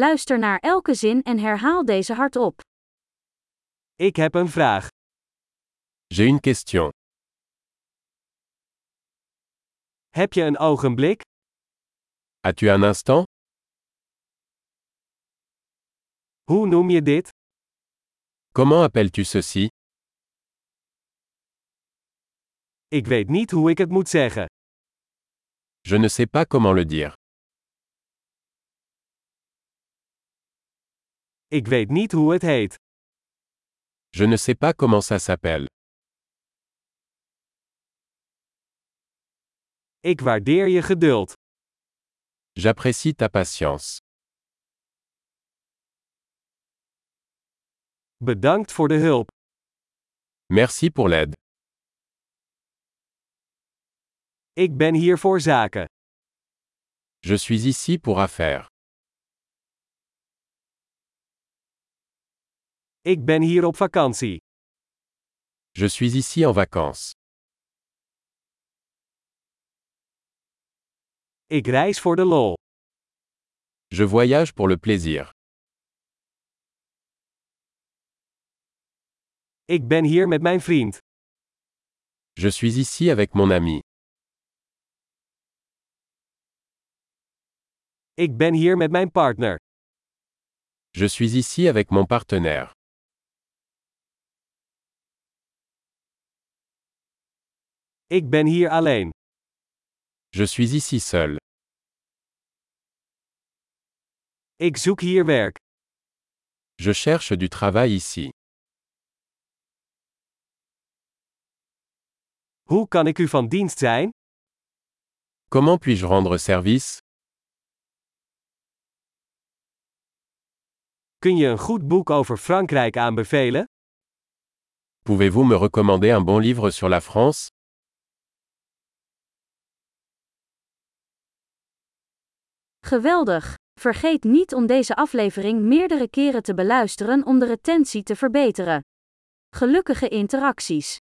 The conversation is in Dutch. Luister naar elke zin en herhaal deze hardop. Ik heb een vraag. J'ai une question. Heb je een ogenblik? As-tu un instant Hoe noem je dit? Comment appelles-tu ceci Ik weet niet hoe ik het moet zeggen. Je ne sais pas comment le dire. Ik weet niet hoe het heet. Je ne sais pas comment ça s'appelle. Ik waardeer je geduld. J'apprécie ta patience. Bedankt voor de hulp. Merci pour l'aide. Ik ben hier voor zaken. Je suis ici pour affaires. Ik ben hier op vakantie. Je suis ici en vacances. Ik reis voor de lol. Je voyage pour le plaisir. Ik ben hier met mijn vriend. Je suis ici avec mon ami. Ik ben hier met mijn partner. Je suis ici avec mon partenaire. Ik ben hier alleen. Je suis ici seul. Ik zoek hier werk. Je cherche du travail ici. Hoe kan ik u van dienst zijn? Comment puis-je rendre service Kun je een goed boek over Frankrijk aanbevelen? Pouvez-vous me recommander un bon livre sur la France Geweldig! Vergeet niet om deze aflevering meerdere keren te beluisteren om de retentie te verbeteren. Gelukkige interacties!